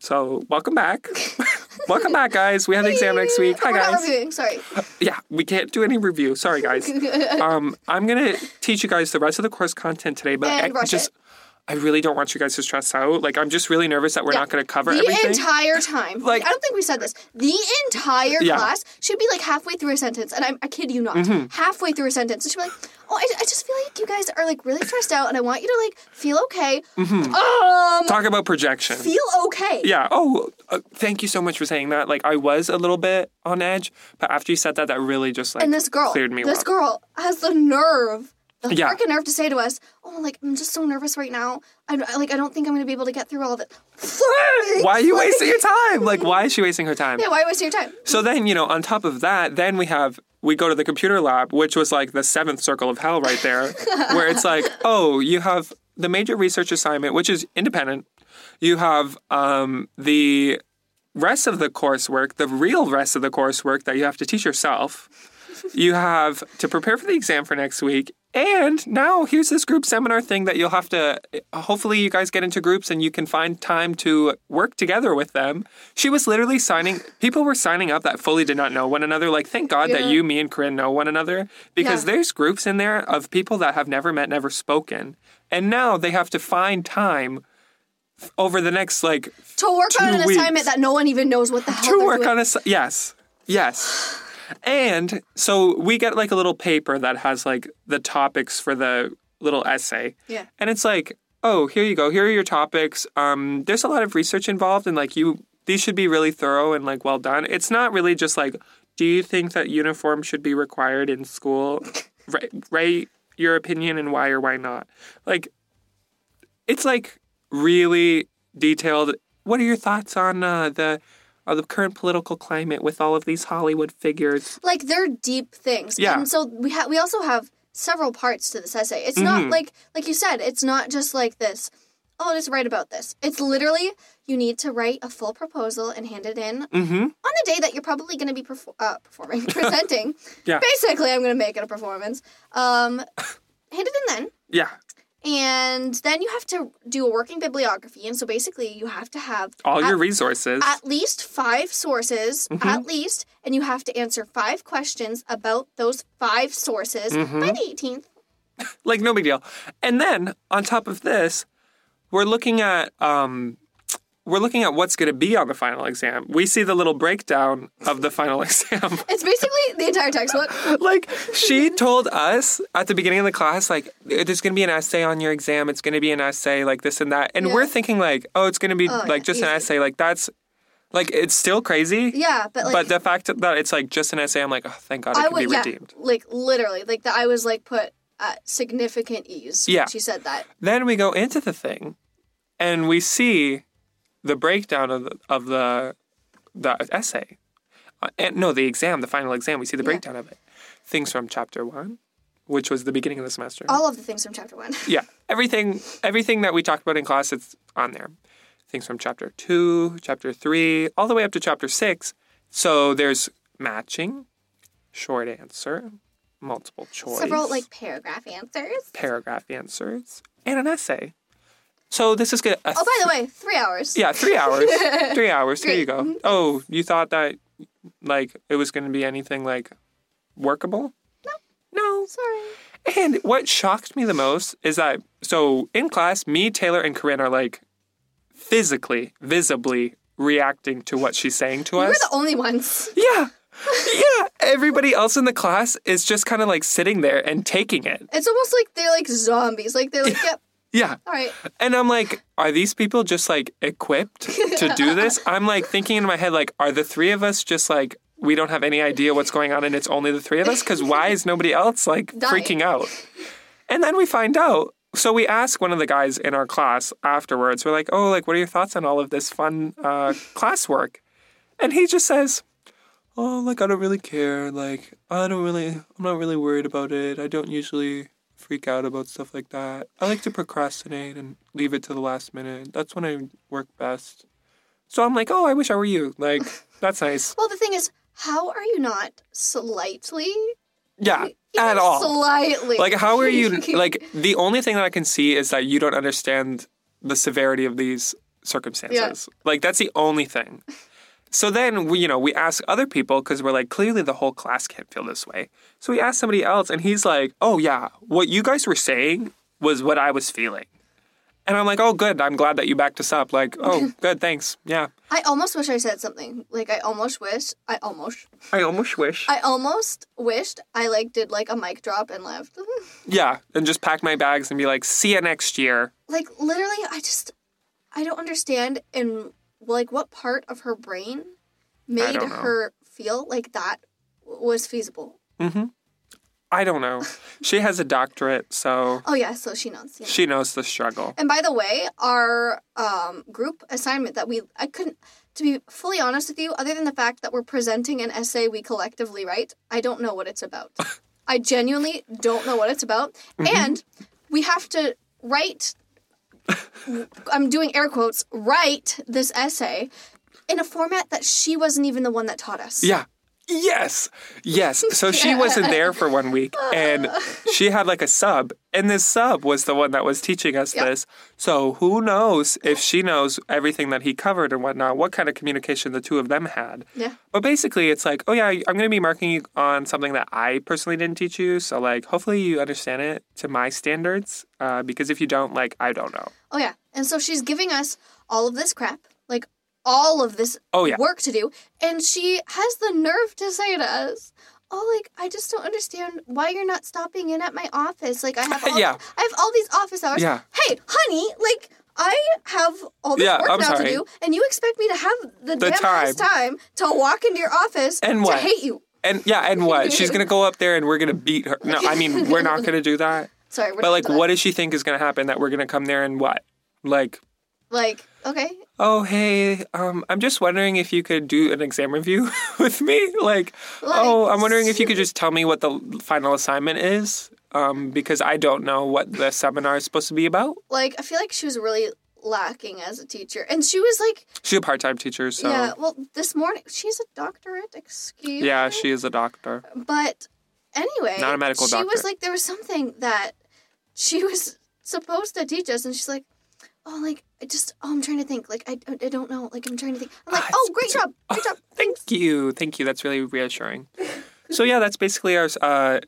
A: so welcome back welcome back guys we have the exam next week hi
B: We're not
A: guys
B: reviewing, sorry.
A: yeah we can't do any review sorry guys um i'm gonna teach you guys the rest of the course content today but
B: And
A: i
B: rush
A: just
B: it.
A: i really don't want you guys to stress out like i'm just really nervous that we're
B: Yeah.
A: not gonna cover
B: the
A: everything
B: entire time.
A: Like-
B: Like I don't think we said this. The entire
A: Yeah. Mm-hmm.
B: class should be like halfway through a sentence, and I'm, I kid you not, halfway through a sentence, and she'd be like, "Oh, I, I just feel like you guys are like really stressed out, and I want you to like feel okay. Um,
A: talk about projection
B: feel okay.
A: Mm-hmm. yeah. Oh, uh, thank you so much for saying that. Like, I was a little bit on edge, but after you said that, that really just like
B: And this girl,
A: cleared me
B: this
A: up.
B: girl has the nerve, the
A: Yeah.
B: freaking nerve to say to us, "Oh, like I'm just so nervous right now. I'm I- like I don't think I'm gonna be able to get through all of it."
A: why are you wasting your time? Like, why is she wasting her time?
B: Yeah, why waste your time?
A: So then, you know, on top of that, then we have we go to the computer lab, which was like the seventh circle of hell right there, where it's like, oh, you have the major research assignment, which is independent. You have um, the rest of the coursework, the real rest of the coursework that you have to teach yourself. You have to prepare for the exam for next week. And now here's this group seminar thing that you'll have to uh, hopefully you guys get into groups and you can find time to work together with them. She was literally signing people were signing up that fully did not know one another. Like thank God that
B: Yeah.
A: you, me and Corinne know one another because
B: Yeah.
A: there's groups in there of people that have never met, never spoken. And now they have to find time f- over the next like
B: To work on
A: Two
B: an
A: weeks.
B: assignment that no one even knows what the hell
A: to
B: they're
A: work
B: doing.
A: on a s- yes yes and so we get like a little paper that has like the topics for the little essay.
B: Yeah.
A: And it's like, oh, here you go. Here are your topics. Um, there's a lot of research involved, and like you, these should be really thorough and like well done. It's not really just like, do you think that uniform should be required in school? Write, write your opinion and why or why not. Like, it's like really detailed. What are your thoughts on uh, the? on the current political climate with all of these Hollywood figures.
B: like they're deep things.
A: Yeah.
B: And so we ha- we also have several parts to this essay. It's
A: Mm-hmm.
B: not like like you said, it's not just like this. Oh, just write about this. It's literally you need to write a full proposal and hand it in on
A: Mm-hmm.
B: the day that you're probably going to be perfor- uh, performing, presenting.
A: Yeah.
B: Basically, I'm going to make it a performance. Um, hand it in then.
A: Yeah.
B: And then you have to do a working bibliography. And so basically, you have to have
A: All
B: at
A: your resources.
B: at least five sources,
A: Mm-hmm.
B: at least, and you have to answer five questions about those five sources
A: Mm-hmm.
B: by the 18th.
A: like no big deal. And then on top of this, we're looking at um, we're looking at what's going to be on the final exam. We see the little breakdown of the final exam.
B: It's basically the entire textbook.
A: like she told us at the beginning of the class, like there's going to be an essay on your exam. It's going to be an essay like this and that. And
B: Yeah.
A: we're thinking like, oh, it's going to be
B: Oh,
A: like
B: yeah,
A: just an
B: easy.
A: essay. Like that's like it's still crazy.
B: Yeah, but like,
A: but the fact that it's like just an essay, I'm like, oh, thank God it
B: I
A: can be
B: would, yeah,
A: redeemed.
B: like literally, like that I was like put at significant ease. when
A: Yeah.
B: She said that.
A: then we go into the thing and we see the breakdown of the, of the the essay Uh, and no the exam the final exam we see the breakdown of it things from chapter 1 which was the beginning of the semester
B: All of the things from chapter one.
A: yeah everything everything that we talked about in class it's on there things from chapter 2 chapter 3 all the way up to chapter 6 so there's matching short answer multiple choice
B: Several like paragraph answers.
A: paragraph answers and an essay. So this is good. a
B: Oh, by the way, three hours.
A: yeah, three hours. three hours. Here you
B: Great. Mm-hmm.
A: go. Oh, you thought that like it was going to be anything like workable? No.
B: Sorry.
A: No. And what shocked me the most is that so in class, me, Taylor, and Corinne are like physically, visibly reacting to what she's saying to
B: We
A: us.
B: were the only ones.
A: yeah. Yeah, everybody else in the class is just kind of like sitting there and taking it.
B: It's almost like they're like zombies. Like they're like, yep,
A: Yeah.
B: all right.
A: And I'm like, are these people just like equipped to do this? I'm like thinking in my head, like, are the three of us just like, we don't have any idea what's going on and it's only the three of us? Because why is nobody else like
B: Dying.
A: freaking out? And then we find out. So we ask one of the guys in our class afterwards, we're like, oh, like, what are your thoughts on all of this fun uh, classwork? And he just says, oh, like, I don't really care. Like, I don't really, I'm not really worried about it. I don't usually freak out about stuff like that. I like to procrastinate and leave it to the last minute. That's when I work best. So I'm like, oh, I wish I were you. Like, that's nice.
B: Well, the thing is, how are you not slightly
A: Yeah, at
B: Even
A: all.
B: Slightly.
A: Like, how are you, like, the only thing that I can see is that you don't understand the severity of these circumstances. Like, that's the only thing. So then, we, you know, we ask other people because we're like, clearly the whole class can't feel this way. So we ask somebody else, and he's like, oh, yeah, what you guys were saying was what I was feeling. And I'm like, oh, good. I'm glad that you backed us up. Like, oh, good. Thanks. Yeah.
B: I almost wish I said something. Like I almost wish. I almost.
A: I almost wish.
B: I almost wished I like did like a mic drop and left.
A: yeah. And just pack my bags and be like, see you next year.
B: like literally, I just I don't understand in like what part of her brain made
A: don't know.
B: her feel like that w- was feasible.
A: I don't know. She has a doctorate, so
B: Oh yeah, so she knows. Yeah.
A: she knows the struggle.
B: And by the way, our um, group assignment that we I couldn't to be fully honest with you, other than the fact that we're presenting an essay we collectively write, I don't know what it's about. I genuinely don't know what it's about, and we have to write. I'm doing air quotes. Write this essay in a format that she wasn't even the one that taught us.
A: Yeah. Yes. Yes. So she wasn't there for one week and she had like a sub, and this sub was the one that was teaching us
B: Yeah.
A: this. So who knows if she knows everything that he covered and whatnot, what kind of communication the two of them had.
B: Yeah.
A: But basically, it's like, oh, yeah, I'm going to be marking you on something that I personally didn't teach you. So, like, hopefully you understand it to my standards. Uh, because if you don't, like, I don't know.
B: Oh yeah. And so she's giving us all of this crap, like all of this
A: Oh, yeah.
B: work to do, and she has the nerve to say to us, oh, like I just don't understand why you're not stopping in at my office. Like I have, all
A: Yeah.
B: I have all these office hours.
A: Yeah.
B: Hey, honey, like I have all this
A: Yeah,
B: work
A: I'm
B: now
A: sorry.
B: to do, and you expect me to have the, damn
A: time.
B: time. time to walk into your office
A: And what?
B: to hate you.
A: And yeah, and what? She's gonna go up there and we're gonna beat her. No, I mean we're not gonna do that.
B: Sorry, we're
A: But
B: not
A: like,
B: doing that.
A: what does she think is gonna happen? That we're gonna come there and what? Like,
B: Like, okay,
A: oh hey, um, I'm just wondering if you could do an exam review with me. Like, oh, I'm wondering if you could just tell me what the final assignment is, um, because I don't know what the seminar is supposed to be about.
B: like I feel like she was really lacking as a teacher, and she was like,
A: She's a part-time teacher, so
B: yeah.
A: yeah,
B: Well, this morning she's a doctorate. Excuse. me.
A: she is a doctor.
B: But anyway,
A: Not a medical
B: she was
A: doctor.
B: like, there was something that she was supposed to teach us, and she's like, oh, like I just, oh, I'm trying to think, like I, I don't know, like I'm trying to think. I'm like,
A: Ah,
B: oh,
A: it's-
B: great job, great job.
A: Thank you, thank you. That's really reassuring. so yeah, that's basically our uh,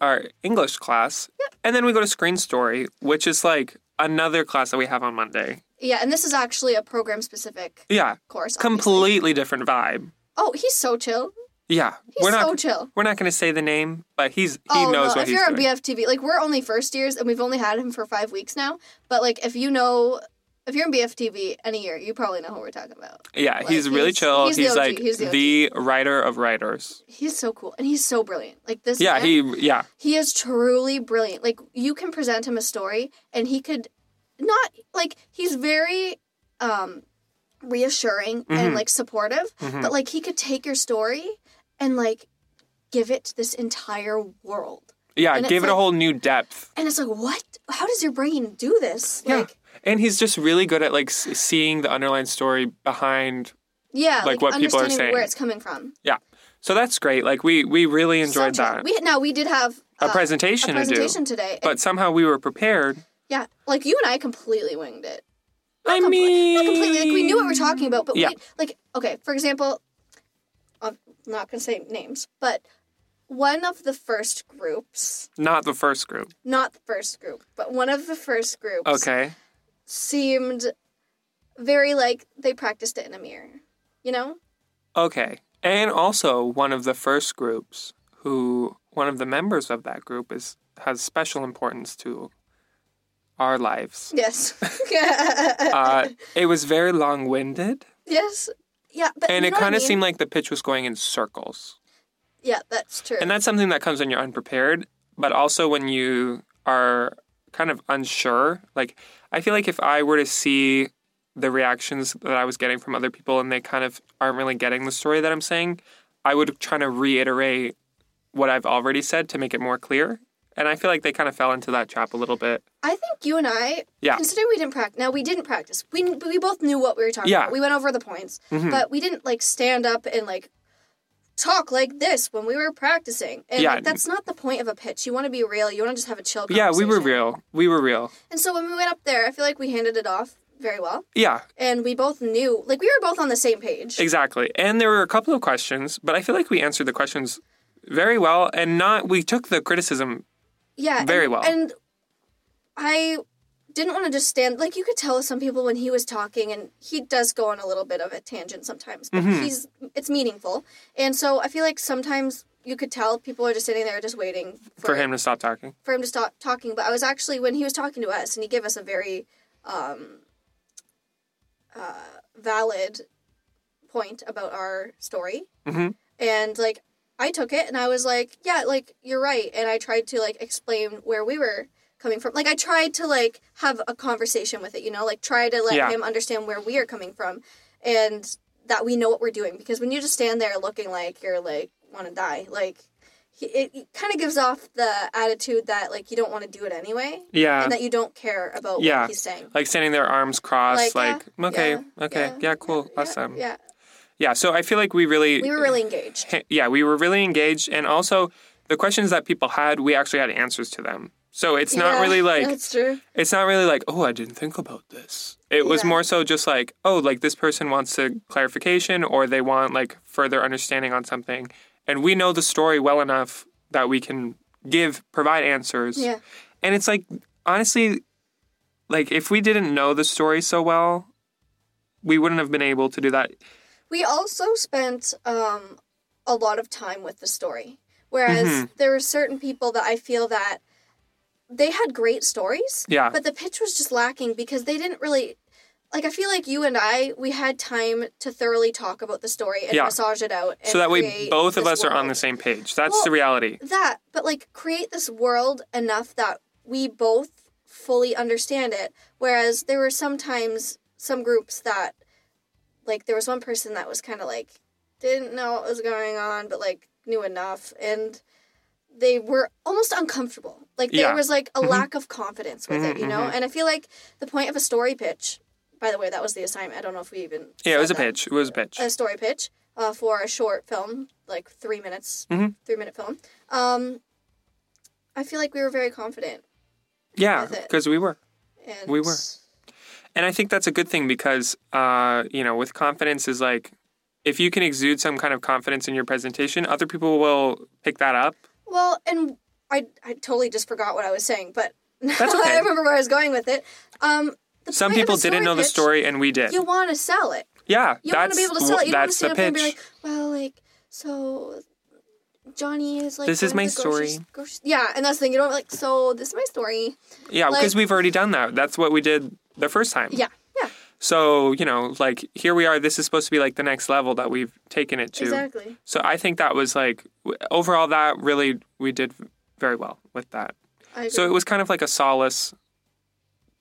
A: our English class, and then we go to Screen Story, which is like another class that we have on Monday.
B: Yeah, and this is actually a program specific
A: Yeah,
B: course. obviously.
A: completely different vibe.
B: Oh, he's so chill.
A: Yeah,
B: He's
A: we're not
B: so chill.
A: we're not going to say the name, but he's he
B: oh,
A: knows
B: no,
A: what
B: if
A: he's
B: you're
A: doing.
B: a BFTV, like we're only first years and we've only had him for five weeks now. But like if you know if you're in BFTV any year, you probably know who we're talking about.
A: yeah,
B: like,
A: he's really
B: he's-
A: chill. He's,
B: he's the OG,
A: like
B: he's the
A: the, writer of writers.
B: He's so cool and he's so brilliant. Like this
A: Yeah,
B: man-
A: he yeah
B: He is truly brilliant. Like you can present him a story and he could not like he's very um reassuring
A: Mhm.
B: and like supportive,
A: Mhm.
B: but like he could take your story and like give it to this entire world.
A: yeah
B: and it's
A: gave it a
B: like-
A: whole new depth.
B: And it's like, what? How does your brain do this?
A: Yeah.
B: Like
A: And he's just really good at like s- seeing the underlying story behind.
B: yeah,
A: Like what people are
B: understanding
A: saying.
B: where it's coming from.
A: So that's great. Like we we really enjoyed
B: So true.
A: that.
B: We now we did have
A: a
B: uh,
A: presentation to
B: a
A: do,
B: presentation today. and-
A: but somehow we were prepared.
B: yeah, like you and I completely winged it.
A: I
B: compl-
A: mean,
B: not completely. Like we knew what we were talking about, but
A: Yeah.
B: we like okay. For example, I'm not gonna say names, but one of the first groups,
A: Not the first group.
B: not the first group, but one of the first groups,
A: Okay.
B: seemed very like they practiced it in a mirror. You know?
A: Okay. And also one of the first groups who one of the members of that group is has special importance to our lives.
B: Yes.
A: Uh, it was very long-winded,
B: yes. Yeah, but
A: and
B: you
A: it
B: know what I
A: kind of
B: mean?
A: seemed like the pitch was going in circles.
B: yeah, that's true.
A: And that's something that comes when you're unprepared, but also when you are kind of unsure. Like, I feel like if I were to see the reactions that I was getting from other people and they kind of aren't really getting the story that I'm saying, I would try to reiterate what I've already said to make it more clear. And I feel like they kind of fell into that trap a little bit.
B: I think you and I,
A: Yeah.
B: considering we didn't practice, now we didn't practice. We we both knew what we were talking
A: Yeah.
B: about. We went over the points,
A: Mhm.
B: but we didn't like stand up and like talk like this when we were practicing. And
A: Yeah.
B: like, that's not the point of a pitch. You want to be real. You want to just have a chill.
A: Yeah, we were
B: conversation.
A: real. We were real.
B: And so when we went up there, I feel like we handed it off very well,
A: Yeah,
B: and we both knew like we were both on the same page.
A: Exactly. And there were a couple of questions, but I feel like we answered the questions very well and not we took the criticism.
B: yeah,
A: very
B: and,
A: well.
B: And I didn't want to just stand like you could tell some people when he was talking and he does go on a little bit of a tangent sometimes but
A: Mhm.
B: he's it's meaningful and so i feel like sometimes you could tell people are just sitting there just waiting
A: For him to stop talking.
B: for him to stop talking. But I was actually when he was talking to us, and he gave us a very um, uh, valid point about our story,
A: Mhm.
B: and like I took it and I was like, yeah, like you're right, and I tried to like explain where we were coming from. Like I tried to like have a conversation with it, you know, like try to let
A: Yeah.
B: him understand where we are coming from, and that we know what we're doing because when you just stand there looking like you're like want to die like he- it, it kind of gives off the attitude that like you don't want to do it anyway
A: Yeah.
B: and that you don't care about
A: Yeah.
B: what he's saying
A: Like standing there arms crossed, like,
B: Like, yeah,
A: okay,
B: yeah,
A: okay, yeah,
B: yeah,
A: cool,
B: Yeah,
A: awesome. Yeah.
B: yeah
A: so I feel like we really
B: we were really engaged
A: yeah, we were really engaged and also the questions that people had, we actually had answers to them. So it's not
B: Yeah,
A: really like
B: that's true
A: it's not really like, oh, I didn't think about this. It was
B: Yeah.
A: more so just like, oh, like this person wants a clarification or they want like further understanding on something. And we know the story well enough that we can give, provide answers.
B: yeah
A: And it's like, honestly, like if we didn't know the story so well, we wouldn't have been able to do that.
B: we also spent um a lot of time with the story. Whereas
A: Mhm.
B: there were certain people that I feel that they had great stories,
A: Yeah.
B: but the pitch was just lacking because they didn't really like I feel like you and I we had time to thoroughly talk about the story and
A: Yeah.
B: massage it out. And
A: so that way
B: create
A: both of
B: this
A: us are on
B: world.
A: the same page. That's
B: Well,
A: the reality.
B: that, but like create this world enough that we both fully understand it. Whereas there were sometimes some groups that, like, there was one person that was kind of like didn't know what was going on, but like knew enough, and they were almost uncomfortable. Like there
A: Yeah.
B: was like a
A: Mhm.
B: lack of confidence with it,
A: Mhm,
B: you know.
A: mhm.
B: And I feel like the point of a story pitch. By the way, that was the assignment. I don't know if we even
A: Yeah, it was a
B: said that
A: pitch. It was a pitch.
B: a story pitch uh, for a short film, like three minutes,
A: Mhm.
B: three minute film. Um, I feel like we were very confident,
A: Yeah,
B: with it.
A: because we were.
B: and
A: We were. And I think that's a good thing because, uh, you know, with confidence is like, if you can exude some kind of confidence in your presentation, other people will pick that up.
B: Well, and I I totally just forgot what I was saying, but now
A: okay.
B: I remember where I was going with it. Um, the
A: Some
B: point of
A: people
B: a story
A: didn't know the
B: pitch,
A: story, and we did.
B: You want to sell it.
A: yeah,
B: You want
A: that's
B: to be able to sell it.
A: wh-
B: You don't want
A: that's
B: to
A: the
B: stand up
A: pitch.
B: and be like, well, like so. Johnny is like.
A: This is
B: going
A: my
B: to the grocery-
A: story.
B: grocery- yeah, and that's the thing. You don't like. So this is my story.
A: yeah, because
B: like-
A: we've already done that. That's what we did the first time.
B: Yeah, yeah,
A: So you know, like here we are. This is supposed to be like the next level that we've taken it to.
B: exactly.
A: So I think that was like w- overall that really we did very well with that.
B: I agree.
A: So it was kind of like a solace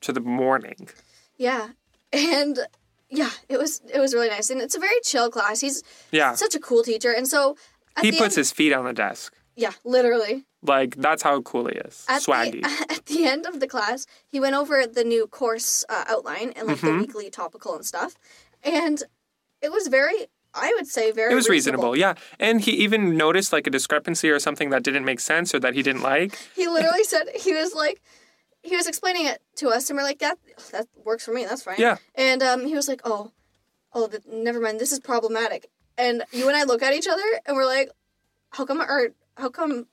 A: to the morning.
B: Yeah. And yeah, it was it was really nice. And it's a very chill class. He's
A: Yeah.
B: such a cool teacher. And so at
A: he
B: the
A: puts
B: end,
A: his feet on the desk.
B: Yeah, literally.
A: Like that's how cool he is.
B: At
A: Swaggy.
B: The, at the end of the class, he went over the new course uh, outline and like
A: Mm-hmm.
B: the weekly topical and stuff. And it was very I would say very
A: it was reasonable, yeah. And he even noticed like a discrepancy or something that didn't make sense or that he didn't like.
B: He literally said he was like he was explaining it to us and we're like that that works for me. That's fine.
A: Yeah.
B: And um, he was like, "Oh, oh, th- never mind. This is problematic." And you and I look at each other and we're like, "How come our how come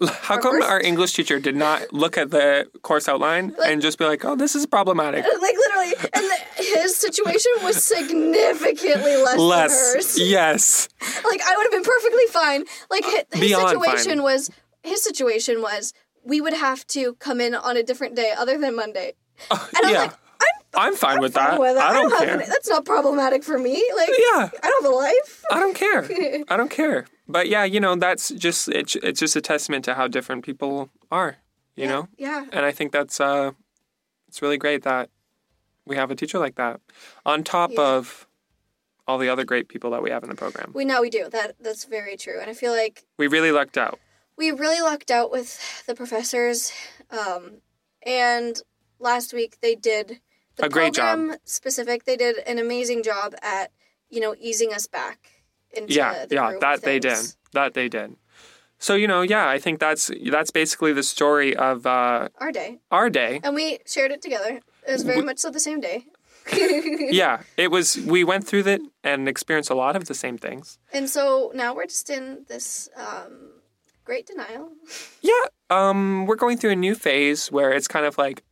A: How
B: Our
A: come
B: first-
A: our English teacher did not look at the course outline and just be like, "Oh, this is problematic."
B: like literally?" And the, his situation was significantly less, than
A: Less.
B: hers.
A: Yes.
B: Like I would have been perfectly fine. Like hi- his,
A: Beyond
B: situation
A: fine.
B: was his situation was we would have to come in on a different day other than Monday. And I'm
A: yeah.
B: like,
A: I'm fine with
B: I
A: that.
B: don't, know whether-
A: I don't,
B: have
A: care.
B: any- that's not problematic for me. Like
A: Yeah.
B: I don't have a life.
A: I don't care. I don't care. But yeah, you know, that's just it's it's just a testament to how different people are, you know?
B: Yeah.
A: And I think that's uh it's really great that we have a teacher like that on top
B: Yeah.
A: of all the other great people that we have in the program.
B: We know we do. That that's very true. And I feel like
A: We really lucked out.
B: we really lucked out with the professors. Um, and last week they did the
A: A great job.
B: program specific. They did an amazing job at you know easing us back into
A: Yeah,
B: the
A: yeah,
B: groove
A: that
B: of
A: they did.
B: things.
A: That they did. So, you know, yeah, I think that's that's basically the story of uh
B: Our day,
A: our day.
B: and we shared it together. It was very much so the same day.
A: Yeah, it was we went through it and experienced a lot of the same things.
B: And so now we're just in this um, great denial.
A: Yeah, um, we're going through a new phase where it's kind of like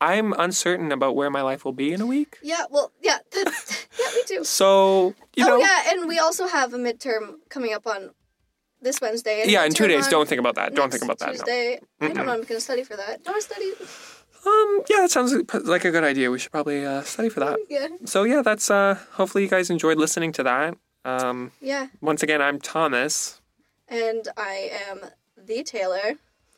A: I'm uncertain about where my life will be in a week.
B: Yeah, well, yeah, that, yeah, we do.
A: So you know,
B: oh yeah, and we also have a midterm coming up on this Wednesday. and a
A: yeah, in two
B: midterm
A: days,
B: on-
A: don't think about that. Don't think about
B: next
A: that. No.
B: Tuesday. I don't know. I'm going to study for that. Don't I study?
A: Um, yeah, that sounds like a good idea. We should probably uh, study for that.
B: Yeah.
A: So yeah, that's uh, hopefully you guys enjoyed listening to that. Um,
B: Yeah.
A: once again, I'm Thomas.
B: And I am the Taylor.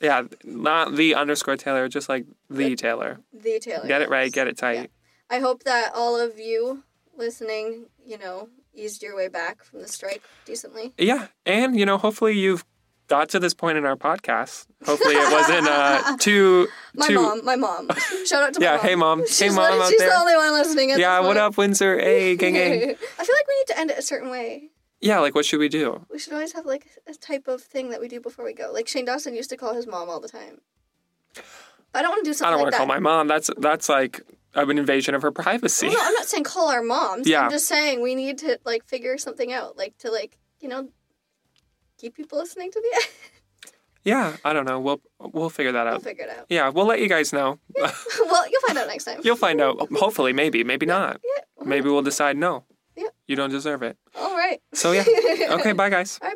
A: Yeah, not the underscore Taylor, just like the Taylor.
B: The Taylor.
A: Get it right, get it
B: Yeah.
A: tight.
B: I hope that all of you listening, you know, eased your way back from the strike decently.
A: Yeah, and you know, hopefully you've got to this point in our podcast. Hopefully it wasn't uh, too
B: My
A: too
B: mom. My mom. Shout out to
A: Yeah,
B: my mom.
A: hey mom.
B: She's,
A: hey mom
B: the,
A: out
B: she's
A: there.
B: the only one listening. At
A: yeah,
B: this
A: what
B: point.
A: up, Windsor? Hey, gang, gang.
B: I feel like we need to end it a certain way.
A: Yeah, like what should we do?
B: We should always have like a type of thing that we do before we go. Like Shane Dawson used to call his mom all the time. I don't want to do something
A: I don't
B: like
A: want to
B: that.
A: call my mom. That's that's like an invasion of her privacy.
B: Well, no, I'm not saying call our moms.
A: Yeah.
B: I'm just saying we need to like figure something out, like to like you know keep people listening to the end.
A: Yeah, I don't know. We'll we'll figure that
B: we'll
A: out.
B: figure it out.
A: Yeah, we'll let you guys know.
B: well, you'll find out next time.
A: You'll find out. Hopefully, maybe, maybe not.
B: Yeah.
A: Maybe we'll decide no.
B: Yeah.
A: You don't deserve it.
B: All right.
A: So yeah. Okay, bye guys.
B: All right.